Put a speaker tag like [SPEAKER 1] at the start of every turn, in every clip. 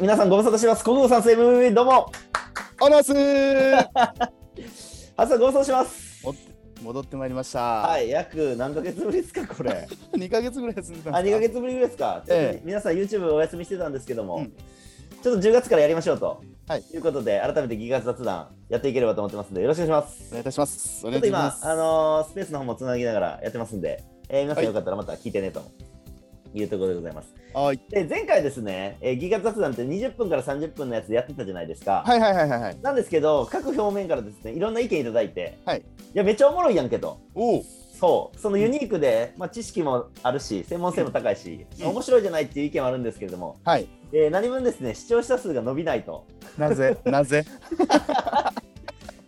[SPEAKER 1] 皆さんご無沙汰してます。小久保さん、セブンどうも。
[SPEAKER 2] オナスー
[SPEAKER 1] ハツさん、ご無沙汰してます。
[SPEAKER 2] お 戻ってまいりました。
[SPEAKER 1] は
[SPEAKER 2] はい。
[SPEAKER 1] い、約何ヶ月ぶりですか、こ れ。
[SPEAKER 2] 2ヶ月ぐらい休んでたん
[SPEAKER 1] あ、
[SPEAKER 2] で
[SPEAKER 1] 2
[SPEAKER 2] すか
[SPEAKER 1] ヶ月ぶりぐらいですか。ちょっと
[SPEAKER 2] ええ
[SPEAKER 1] 皆さん、YouTube お休みしてたんですけども、
[SPEAKER 2] うん
[SPEAKER 1] ちょっと10月からやりましょうと。
[SPEAKER 2] はい
[SPEAKER 1] いうことで、改めてギガ雑談やっていければと思ってますんで、よろしくお願いします。
[SPEAKER 2] お願いいたします。
[SPEAKER 1] ちょ
[SPEAKER 2] お願
[SPEAKER 1] っ
[SPEAKER 2] い
[SPEAKER 1] と
[SPEAKER 2] し
[SPEAKER 1] 今
[SPEAKER 2] ま、す。
[SPEAKER 1] あのースペースの方もつなぎながらやってますんで、えー皆さん
[SPEAKER 2] はい
[SPEAKER 1] よかったらまた聞いてねというところでございます。
[SPEAKER 2] はい。
[SPEAKER 1] で、前回ですね、えーギガ雑談って20分から30分のやつやってたじゃないですか。
[SPEAKER 2] はいはいはいはいはい。
[SPEAKER 1] なんですけど、各表面からですね、いろんな意見いただいて、
[SPEAKER 2] はい
[SPEAKER 1] や、めっちゃおもろいやんけと。
[SPEAKER 2] おお。
[SPEAKER 1] そう、そのユニークで、まあ、知識もあるし、専門性も高いし、
[SPEAKER 2] うん
[SPEAKER 1] 面白いじゃないっていう意見もあるんですけれども、
[SPEAKER 2] はい。
[SPEAKER 1] えー何分ですね、視聴者数が伸びないと。
[SPEAKER 2] なぜなぜ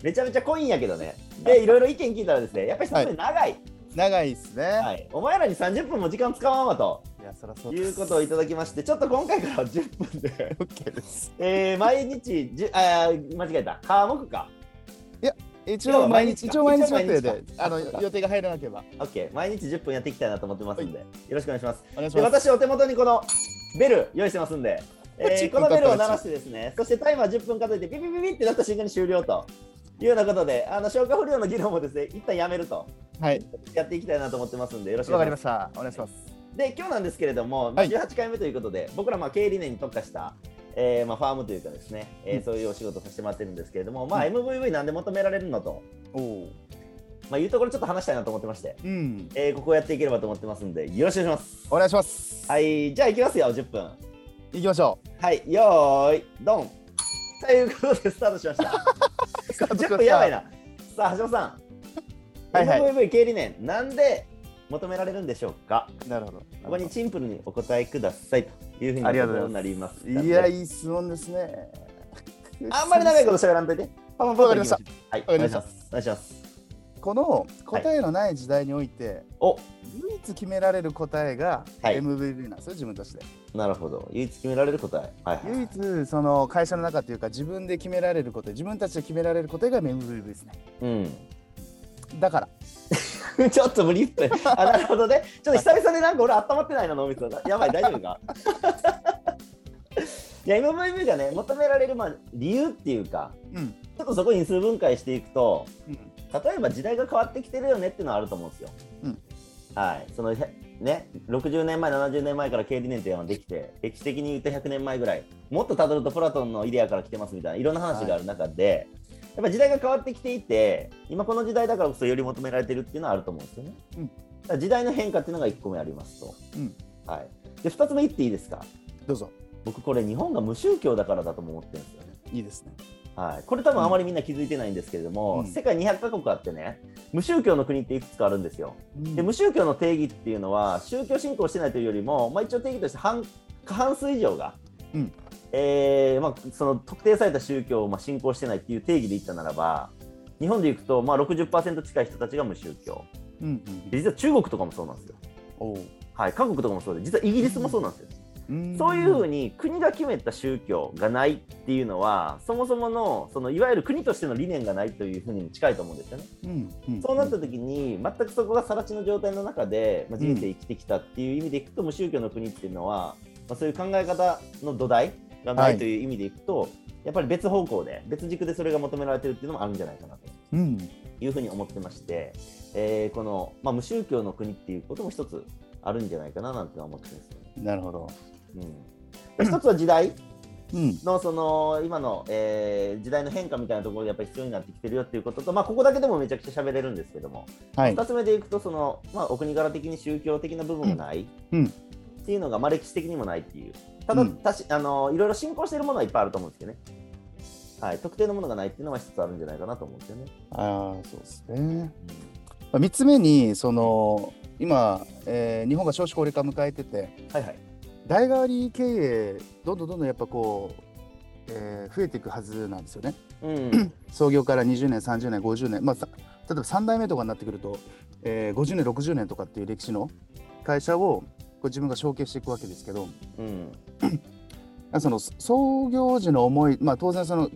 [SPEAKER 1] めちゃめちゃ濃いんやけどね。で、いろいろ意見聞いたらですね、やっぱりそんなに長い,、
[SPEAKER 2] 長いっすね。。
[SPEAKER 1] はいい。お前らに30分も時間使わんわと。
[SPEAKER 2] や、そらそう
[SPEAKER 1] い
[SPEAKER 2] です。
[SPEAKER 1] うことをいただきまして、ちょっと今回からは10分 で、
[SPEAKER 2] オッケーです。
[SPEAKER 1] えー毎日じゅ、あー間違えた、科目か、
[SPEAKER 2] 一
[SPEAKER 1] 今日は
[SPEAKER 2] 応
[SPEAKER 1] 毎
[SPEAKER 2] 毎
[SPEAKER 1] 日
[SPEAKER 2] 日、
[SPEAKER 1] か
[SPEAKER 2] 一応毎日予
[SPEAKER 1] 一応
[SPEAKER 2] 定
[SPEAKER 1] 毎日、
[SPEAKER 2] で
[SPEAKER 1] か
[SPEAKER 2] あの、
[SPEAKER 1] そっか
[SPEAKER 2] 予定が入らなければ。
[SPEAKER 1] オッケー毎日10分やっていきたいなと思ってますんで、よろしくお願いします。
[SPEAKER 2] お願いし
[SPEAKER 1] で
[SPEAKER 2] ます。
[SPEAKER 1] 私お手元にこのベル用意してますんで、えーこのベルを鳴らしてですねそしてタイマー10分数えてビビビビってなった瞬間に終了というようなことであの消化不良の議論もですね一旦やめると
[SPEAKER 2] はい。
[SPEAKER 1] やっていきたいなと思ってますんでよろしくお
[SPEAKER 2] わか
[SPEAKER 1] 願い
[SPEAKER 2] り
[SPEAKER 1] しま
[SPEAKER 2] ますした。お願いします。
[SPEAKER 1] で今日なんですけれども、まあ
[SPEAKER 2] はい
[SPEAKER 1] 18回目ということで僕らまあ経営理念に特化した、えーまあ、ファームというかですね、えー
[SPEAKER 2] うん
[SPEAKER 1] そういうお仕事をさせてもらってるんですけれども、まあ、
[SPEAKER 2] う
[SPEAKER 1] MVV なんで求められるのと、
[SPEAKER 2] おお。
[SPEAKER 1] まあ、いうところちょっと話したいなと思ってまして、
[SPEAKER 2] うん。
[SPEAKER 1] えーここをやっていければと思ってますんでよろしくお願いします
[SPEAKER 2] お願いします。
[SPEAKER 1] はいじゃあいきますよ10分
[SPEAKER 2] 行きましょう。
[SPEAKER 1] はい、よーい、ドン。ということで、スタート しました。10分やばいな。さあ、橋本さん。
[SPEAKER 2] はいはい
[SPEAKER 1] MVV 経理念、なんで求められるんでしょうか。
[SPEAKER 2] なるほど。
[SPEAKER 1] ここにシンプルにお答えくださいというふうに
[SPEAKER 2] ありがとうございます
[SPEAKER 1] なります。
[SPEAKER 2] いや、いい質問ですね。
[SPEAKER 1] あんまり長いこと喋らんといて。パパパ
[SPEAKER 2] わかりました。
[SPEAKER 1] はい、お
[SPEAKER 2] わか
[SPEAKER 1] 願い
[SPEAKER 2] りまし
[SPEAKER 1] したます。お願いします。
[SPEAKER 2] この答えのない時代において、
[SPEAKER 1] お、
[SPEAKER 2] 唯一決められる答えが
[SPEAKER 1] はい
[SPEAKER 2] MVP なんですよ、自分として。
[SPEAKER 1] なるほど。唯一決められる答え。はい、はい。
[SPEAKER 2] 唯一その会社の中というか自分で決められること自分たちで決められることが MVP ですね。だから
[SPEAKER 1] うん。 ちょっと無理っぽい。あ、なるほどね。ちょっと久々でなんか俺温まってないな、脳みそが。やばい、大丈夫か いや、MVV がね、求められる、まあ、理由っていうか、
[SPEAKER 2] うん、
[SPEAKER 1] ちょっとそこに数分解していくと、
[SPEAKER 2] うん、
[SPEAKER 1] 例えば時代が変わってきてるよねっていうのはあると思うんですよ。
[SPEAKER 2] うん
[SPEAKER 1] はい。その、へね、60年前、70年前から経理念っていうのができて、歴史的に言うと100年前ぐらい、もっとたどるとプラトンのイデアから来てますみたいな、いろんな話がある中で、やっぱ時代が変わってきていて、今この時代だからこそより求められてるっていうのはあると思うんですよね。
[SPEAKER 2] うん
[SPEAKER 1] だから時代の変化っていうのが1個目ありますと。
[SPEAKER 2] うん
[SPEAKER 1] はい。で、2つ目言っていいですか
[SPEAKER 2] どうぞ
[SPEAKER 1] 僕これ日本が無宗教だからだとも思ってるんですよね。
[SPEAKER 2] いいですね。
[SPEAKER 1] はい、これ多分あまりみんな気づいてないんですけれども、
[SPEAKER 2] うん
[SPEAKER 1] 世界200カ国あってね無宗教の国っていくつかあるんですよ。
[SPEAKER 2] うん
[SPEAKER 1] で無宗教の定義っていうのは宗教信仰してないというよりも、まあ、一応定義として半過半数以上が、
[SPEAKER 2] うん
[SPEAKER 1] えーまあ、その特定された宗教をまあ信仰してないっていう定義で言ったならば日本でいくと、まあ、60%近い人たちが無宗教
[SPEAKER 2] うんうん
[SPEAKER 1] で実は中国とかもそうなんですよ、
[SPEAKER 2] おう
[SPEAKER 1] はい、韓国とかもそうで実はイギリスもそうなんですよ。
[SPEAKER 2] うん
[SPEAKER 1] そういうふうに国が決めた宗教がないっていうのはそもそものそのいわゆる国としての理念がないというふうに近いと思うんですよね。
[SPEAKER 2] うんうん
[SPEAKER 1] そうなった時に全くそこが更地の状態の中で、まあ、人生生きてきたっていう意味でいくと無宗教の国っていうのは、まあ、そういう考え方の土台がな
[SPEAKER 2] はいい
[SPEAKER 1] という意味でいくと、やっぱり別方向で別軸でそれが求められてるっていうのもあるんじゃないかなと
[SPEAKER 2] うん
[SPEAKER 1] いうふうに思ってまして、えーこの、まあ、無宗教の国っていうことも一つあるんじゃないかななんて思ってるんですよね。
[SPEAKER 2] なるほど。
[SPEAKER 1] うん、一つは時代
[SPEAKER 2] うん
[SPEAKER 1] のその今の、えー時代の変化みたいなところがやっぱり必要になってきてるよっていうことと、まあ、ここだけでもめちゃくちゃ喋れるんですけども、
[SPEAKER 2] はい
[SPEAKER 1] 2つ目でいくとその、まあ、お国柄的に宗教的な部分もない、
[SPEAKER 2] うん
[SPEAKER 1] っていうのが、まあ、歴史的にもないっていうただ、
[SPEAKER 2] うん
[SPEAKER 1] たしあのいろいろ信仰してるものはいっぱいあると思うんですけどね、はい、特定のものがないっていうのは一つあるんじゃないかなと思うんですよね。
[SPEAKER 2] ああそうですね。まあ三つ目にその今、えー、日本が少子高齢化迎えてて
[SPEAKER 1] はいはい、
[SPEAKER 2] 代替わり経営どんどんどんどんやっぱこう、えー、増えていくはずなんですよね。
[SPEAKER 1] うん
[SPEAKER 2] 創業から20年30年50年、まあ、さ例えば3代目とかになってくると、えー50年60年とかっていう歴史の会社をこう自分が承継していくわけですけど
[SPEAKER 1] うん
[SPEAKER 2] そのそ創業時の思い、まあ、当然その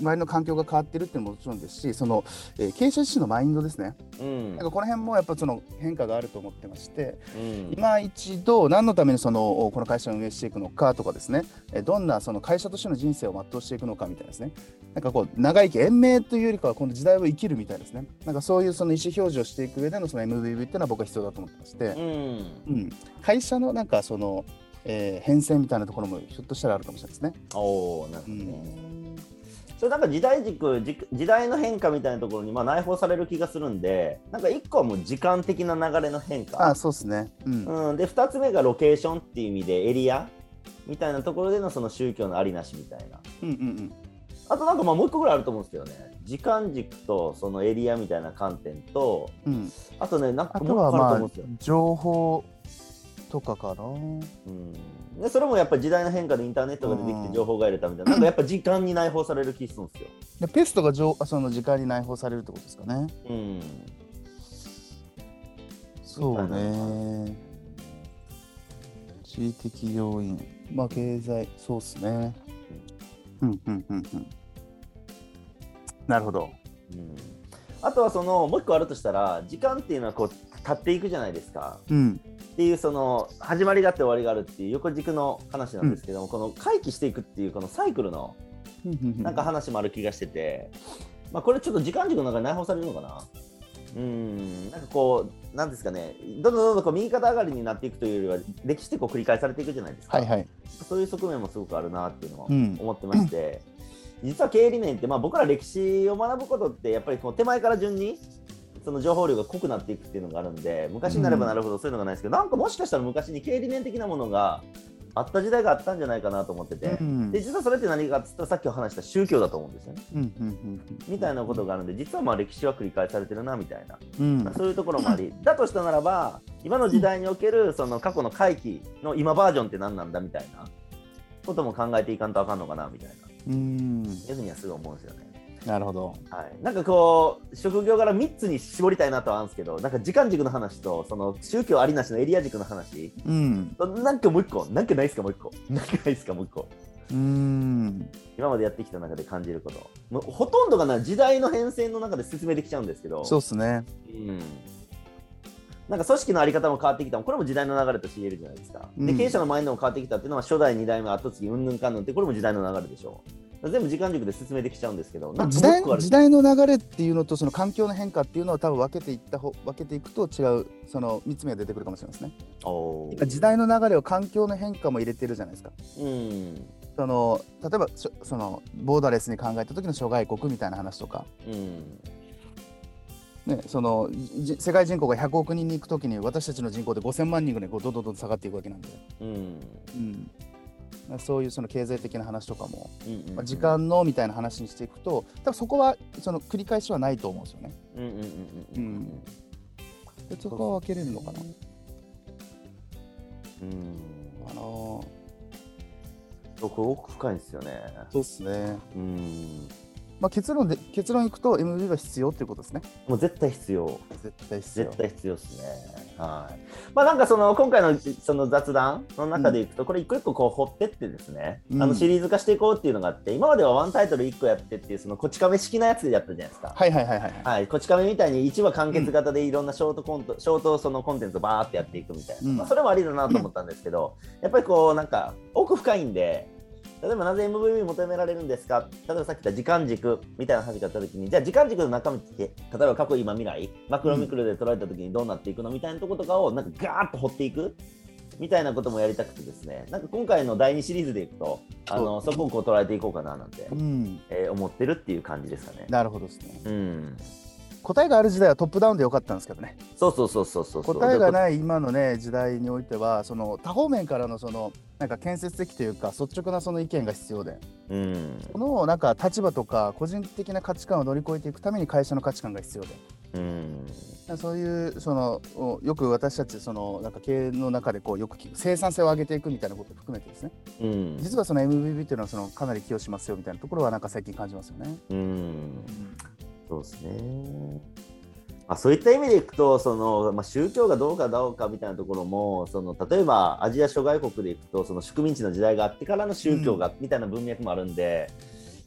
[SPEAKER 2] 周りの環境が変わってるっていうのももちろんですしその、えー経営者自身のマインドですね
[SPEAKER 1] うん
[SPEAKER 2] なんかこの辺もやっぱその変化があると思ってまして
[SPEAKER 1] うん
[SPEAKER 2] 今一度何のためにそのこの会社を運営していくのかとかですねえーどんなその会社としての人生を全うしていくのかみたいなですねなんかこう長生き延命というよりかはこの時代を生きるみたいですねなんかそういうその意思表示をしていく上でのその MVV っていうのは僕は必要だと思ってまして、
[SPEAKER 1] うん
[SPEAKER 2] うん、会社のなんかその、えー変遷みたいなところもひょっとしたらあるかもしれないですね。
[SPEAKER 1] おおなるほどね、それなんか時代軸じ時代の変化みたいなところにまあ内包される気がするんでなんか一個はもう時間的な流れの変化
[SPEAKER 2] ああそうですね。うん、
[SPEAKER 1] うん、で2つ目がロケーションっていう意味でエリアみたいなところでのその宗教のありなしみたいな
[SPEAKER 2] うん、うん、
[SPEAKER 1] あとなんかまあもう一個ぐらいあると思うんですけどね時間軸とそのエリアみたいな観点と
[SPEAKER 2] うん、うん。
[SPEAKER 1] あとねなんか
[SPEAKER 2] あ
[SPEAKER 1] も
[SPEAKER 2] と
[SPEAKER 1] う一
[SPEAKER 2] は
[SPEAKER 1] 個あると
[SPEAKER 2] ま
[SPEAKER 1] 思う
[SPEAKER 2] あ
[SPEAKER 1] んですよ、
[SPEAKER 2] 情報とかかな。
[SPEAKER 1] うん、でそれもやっぱ時代の変化でインターネットが出てき
[SPEAKER 2] うん
[SPEAKER 1] て情報が得るためたいななんかやっぱ時間に内包される気するんですよ、
[SPEAKER 2] でペストが情あその時間に内包されるってことですかね。
[SPEAKER 1] うん、
[SPEAKER 2] そうね。地理的要因。まあ経済そうですね。うんうんうんうん。なるほど。
[SPEAKER 1] うん、あとはそのもう一個あるとしたら時間っていうのはこう経っていくじゃないですか
[SPEAKER 2] うん
[SPEAKER 1] っていうその始まりがあって終わりがあるっていう横軸の話なんですけども、この回帰していくっていうこのサイクルの
[SPEAKER 2] うんうんうん。
[SPEAKER 1] なんか話もある気がしてて、まあ、これちょっと時間軸の中に内包されるのかなうんなんかこうなんですかねどんどんどんどんこう右肩上がりになっていくというよりは歴史ってこう繰り返されていくじゃないですか、
[SPEAKER 2] はいはい。
[SPEAKER 1] そういう側面もすごくあるなっていうのも
[SPEAKER 2] うん
[SPEAKER 1] 思ってまして、実は経営理念って、まあ、僕ら歴史を学ぶことってやっぱりこう手前から順にその情報量が濃くなっていくっていうのがあるんで昔になればなるほどそういうのがないですけど、なんかもしかしたら昔に経営理念的なものがあった時代があったんじゃないかなと思ってて。
[SPEAKER 2] うん
[SPEAKER 1] で実はそれって何かっつったらさっきお話した宗教だと思うんですよね
[SPEAKER 2] うんうんうん
[SPEAKER 1] みたいなことがあるんで実はまあ歴史は繰り返されてるなみたいな
[SPEAKER 2] うん。
[SPEAKER 1] そういうところもありだとしたならば今の時代におけるその過去の回帰の今バージョンって何なんだみたいなことも考えていかんとあかんのかなみたいな
[SPEAKER 2] うん。
[SPEAKER 1] いうふうにはすごい思うんですよね。
[SPEAKER 2] なるほど。
[SPEAKER 1] はい、なんかこう職業から3つに絞りたいなとはあるんですけどなんか時間軸の話とその宗教ありなしのエリア軸の話
[SPEAKER 2] うん。
[SPEAKER 1] なんかもう一個なんかないっすかもう一個なんかないっすかもう一個
[SPEAKER 2] うん。
[SPEAKER 1] 今までやってきた中で感じることもうほとんどがな時代の変遷の中で説明できちゃうんですけど
[SPEAKER 2] そうですね。
[SPEAKER 1] うん、なんか組織の在り方も変わってきたもこれも時代の流れとして言えるじゃないですか、
[SPEAKER 2] う
[SPEAKER 1] で
[SPEAKER 2] ん
[SPEAKER 1] 経営者のマインドも変わってきたっていうのは初代2代目後継ぎうんぬんかんぬんってこれも時代の流れでしょう全部時間軸で説明できちゃうんですけどなんか
[SPEAKER 2] 時
[SPEAKER 1] もう
[SPEAKER 2] 代
[SPEAKER 1] 一個ある
[SPEAKER 2] 時代の流れっていうのとその環境の変化っていうのは多分分けていった方分けていくと違うその3つ目が出てくるかもしれないですね。
[SPEAKER 1] おー
[SPEAKER 2] やっぱ時代の流れを環境の変化も入れてるじゃないですか。
[SPEAKER 1] うん
[SPEAKER 2] その例えばしょそのボーダーレスに考えた時の諸外国みたいな話とか、
[SPEAKER 1] うん
[SPEAKER 2] ね、そのじ世界人口が100億人に行く時に私たちの人口で5000万人ぐらいこうどんどんどんどん下がっていくわけなんで、
[SPEAKER 1] うん
[SPEAKER 2] うん、そういうその経済的な話とかも
[SPEAKER 1] うんうん
[SPEAKER 2] まあ、時間のみたいな話にしていくと多分そこはその繰り返しはないと思うんですよね。
[SPEAKER 1] うんうんうんうんうん
[SPEAKER 2] でそこは分けれるのかな。
[SPEAKER 1] うん
[SPEAKER 2] あの
[SPEAKER 1] そこ奥深いんですよね
[SPEAKER 2] そうですね。
[SPEAKER 1] うん
[SPEAKER 2] まあ、結論で結論いくと MV は必要っていうことですね。
[SPEAKER 1] もう絶対必要
[SPEAKER 2] 絶対必要
[SPEAKER 1] 絶。対必要ですね。はい。まあなんかその今回のその雑談の中でいくと、これ一個一個こう掘ってってですね、
[SPEAKER 2] うん
[SPEAKER 1] あのシリーズ化していこうっていうのがあって、今まではワンタイトル一個やってっていうそのこち亀式なやつでやったじゃないですか。
[SPEAKER 2] はいはいはいはい。
[SPEAKER 1] はい、こち亀みたいに一話完結型でいろんなショートコント、ショートそのコンテンツをバーってやっていくみたいな、
[SPEAKER 2] うん
[SPEAKER 1] まあ、それもありだなと思ったんですけど、やっぱりこうなんか奥深いんで例えばなぜ MVB 求められるんですか例えばさっき言った時間軸みたいな話があった時にじゃあ時間軸の中身って例えば過去今未来マクロミクロで捉えた時にどうなっていくのみたいなとことかをなんかガーッと掘っていくみたいなこともやりたくてですねなんか今回の第2シリーズでいくとあのそこをこう捉えていこうかななんて、
[SPEAKER 2] うん、
[SPEAKER 1] えー思ってるっていう感じですかね。
[SPEAKER 2] なるほどですね。
[SPEAKER 1] うん
[SPEAKER 2] 答えがある時代はトップダウンでよかったんですけどね。
[SPEAKER 1] そうそうそうそうそうそう。
[SPEAKER 2] 答えがない今のね時代においてはその多方面からのそのなんか建設的というか率直なその意見が必要で、
[SPEAKER 1] うん。
[SPEAKER 2] このなんか立場とか個人的な価値観を乗り越えていくために会社の価値観が必要で。
[SPEAKER 1] うん。
[SPEAKER 2] そういうそのおよく私たちそのなんか経営の中でこうよく聞く生産性を上げていくみたいなことを含めてですね
[SPEAKER 1] うん。
[SPEAKER 2] 実はその MVB っていうのはそのかなり寄与しますよみたいなところはなんか最近感じますよね。
[SPEAKER 1] うん。そうですね。あそういった意味でいくとその、まあ、宗教がどうかどうかみたいなところもその例えばアジア諸外国でいくとその植民地の時代があってからの宗教が、みたいな文脈もあるんで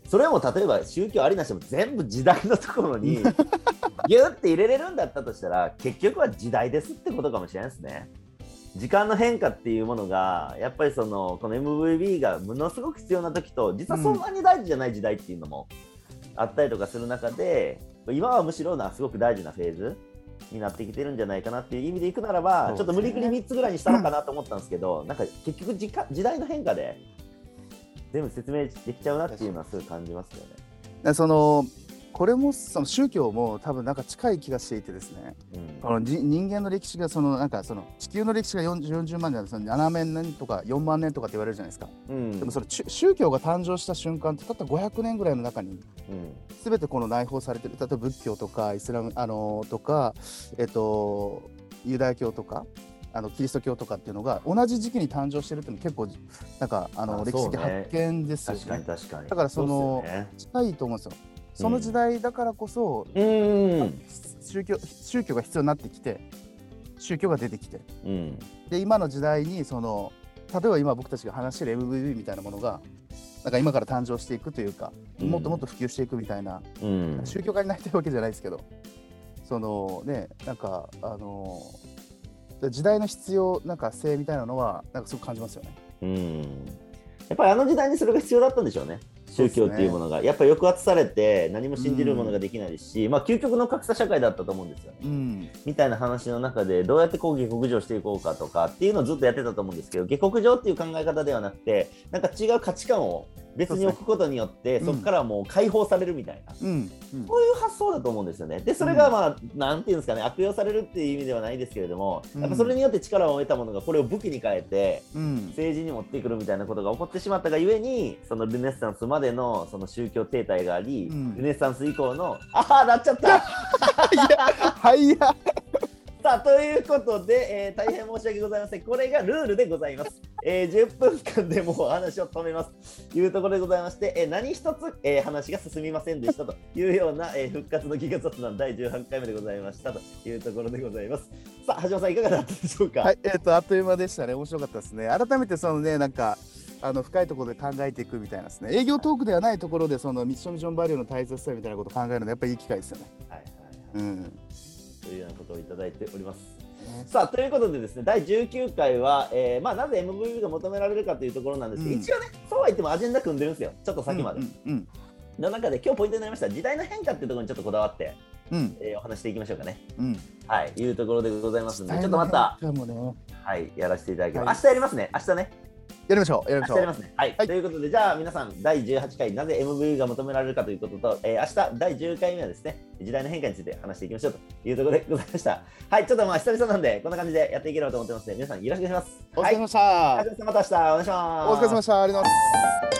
[SPEAKER 1] それも例えば宗教ありなしでも全部時代のところに ギュって入れれるんだったとしたら結局は時代ですってことかもしれないですね。時間の変化っていうものがやっぱりそのこの MVB がものすごく必要な時と実はそんなに大事じゃない時代っていうのもあったりとかする中で、今はむしろなすごく大事なフェーズになってきてるんじゃないかなっていう意味でいくならば、
[SPEAKER 2] そうですね
[SPEAKER 1] ちょっと無理くり3つぐらいにしたのかなと思ったんですけど、なんか結局時間時代の変化で全部説明できちゃうなっていうのはすごい感じますよね。
[SPEAKER 2] でそのこれもその宗教も多分なんか近い気がしていてですね
[SPEAKER 1] うん
[SPEAKER 2] このじ人間の歴史がそのなんかその地球の歴史が40 40万年その7万年とか4万年とかって言われるじゃないですか
[SPEAKER 1] うん
[SPEAKER 2] でもそれ宗宗教が誕生した瞬間ってたった500年ぐらいの中に
[SPEAKER 1] うん
[SPEAKER 2] 全てこの内包されてる例えば仏教とかイスラムあのとか、えっと、ユダヤ教とかあのキリスト教とかっていうのが同じ時期に誕生してるっていうの結構なんかあの
[SPEAKER 1] あ
[SPEAKER 2] 歴史的
[SPEAKER 1] そうね
[SPEAKER 2] 発見ですよ
[SPEAKER 1] 確かに
[SPEAKER 2] ね。
[SPEAKER 1] 確かに。
[SPEAKER 2] だからその
[SPEAKER 1] うっすよね
[SPEAKER 2] 近いと思うんですよ。その時代だからこそ、
[SPEAKER 1] うん
[SPEAKER 2] 宗教宗教が必要になってきて宗教が出てきて
[SPEAKER 1] うん
[SPEAKER 2] で今の時代にその例えば今僕たちが話してる MVB みたいなものがなんか今から誕生していくというか、
[SPEAKER 1] うん
[SPEAKER 2] もっともっと普及していくみたいな
[SPEAKER 1] うん
[SPEAKER 2] 宗教家になりたいわけじゃないですけどそのねなんかあの時代の必要なんか性みたいなのはなんかすごく感じますよね。
[SPEAKER 1] うんやっぱりあの時代にそれが必要だったんでしょうね宗教っていうものが、やっぱ抑圧されて何も信じるものができないですし、まあ究極の格差社会だったと思うんですよね
[SPEAKER 2] うん、
[SPEAKER 1] みたいな話の中でどうやってこう下克上していこうかとかっていうのをずっとやってたと思うんですけど下克上っていう考え方ではなくてなんか違う価値観を別に置くことによって
[SPEAKER 2] そうです
[SPEAKER 1] そ
[SPEAKER 2] ね
[SPEAKER 1] こからもう解放されるみたいな、
[SPEAKER 2] うん、
[SPEAKER 1] そういう発想だと思うんですよね。で、それがまあ、なんていうんですかね、悪用されるっていう意味ではないですけれども、
[SPEAKER 2] うん
[SPEAKER 1] やっぱそれによって力を得たものがこれを武器に変えて、
[SPEAKER 2] うん、
[SPEAKER 1] 政治に持ってくるみたいなことが起こってしまったがゆえに、そのルネッサンスまでのその宗教停滞があり、
[SPEAKER 2] うん
[SPEAKER 1] ルネッサンス以降の、ああ、なっちゃった
[SPEAKER 2] はいや、
[SPEAKER 1] さあということで、えー大変申し訳ございません。これがルールでございます。えー10分間でもう話を止めますというところでございまして、えー何一つ、えー話が進みませんでしたというような、えー復活のギガ雑談第18回目でございましたというところでございます。さあ、橋本さん、いかがだったでしょうか。
[SPEAKER 2] はい、えっ、とあっという間でしたね。面白かったですね。改めてそのねなんかあの深いところで考えていくみたいなですね。営業トークではないところでそのミッションビジョンバリューの大切さみたいなことを考えるのやっぱりいい機会ですよね。
[SPEAKER 1] はいはいは
[SPEAKER 2] うん。
[SPEAKER 1] いというようなことをいただいております。さあということでですね第19回は、えーまあ、なぜ MVP が求められるかというところなんですけど、
[SPEAKER 2] うん
[SPEAKER 1] 一応ねそうは言ってもアジェンダ組んでるんですよちょっと先まで。
[SPEAKER 2] うんうん
[SPEAKER 1] の中で今日ポイントになりました時代の変化っていうところにちょっとこだわって、
[SPEAKER 2] うん
[SPEAKER 1] えーお話していきましょうかね。
[SPEAKER 2] うん。
[SPEAKER 1] はい、いうところでございます
[SPEAKER 2] うん
[SPEAKER 1] ので、ちょっとまた、
[SPEAKER 2] でもね、
[SPEAKER 1] はい、やらせていただきます。
[SPEAKER 2] はい
[SPEAKER 1] 明日やりますね、明日ね、
[SPEAKER 2] やりましょうや
[SPEAKER 1] 明
[SPEAKER 2] りまし
[SPEAKER 1] 日
[SPEAKER 2] ょ
[SPEAKER 1] や
[SPEAKER 2] う
[SPEAKER 1] り。ますね。はい、
[SPEAKER 2] はい
[SPEAKER 1] ということで、じゃあ皆さん、第18回、なぜ MV が求められるかということと、えー明日第10回目はですね、時代の変化について話していきましょうというところでございました。はい、ちょっとまあ久々なんで、こんな感じでやっていければと思ってますので、皆さんよろしくお願いします。
[SPEAKER 2] お疲
[SPEAKER 1] は
[SPEAKER 2] れ
[SPEAKER 1] い、
[SPEAKER 2] 様
[SPEAKER 1] は
[SPEAKER 2] で
[SPEAKER 1] い
[SPEAKER 2] した。
[SPEAKER 1] また明日、お願いします。
[SPEAKER 2] お疲れ様でした。ありがとうございます。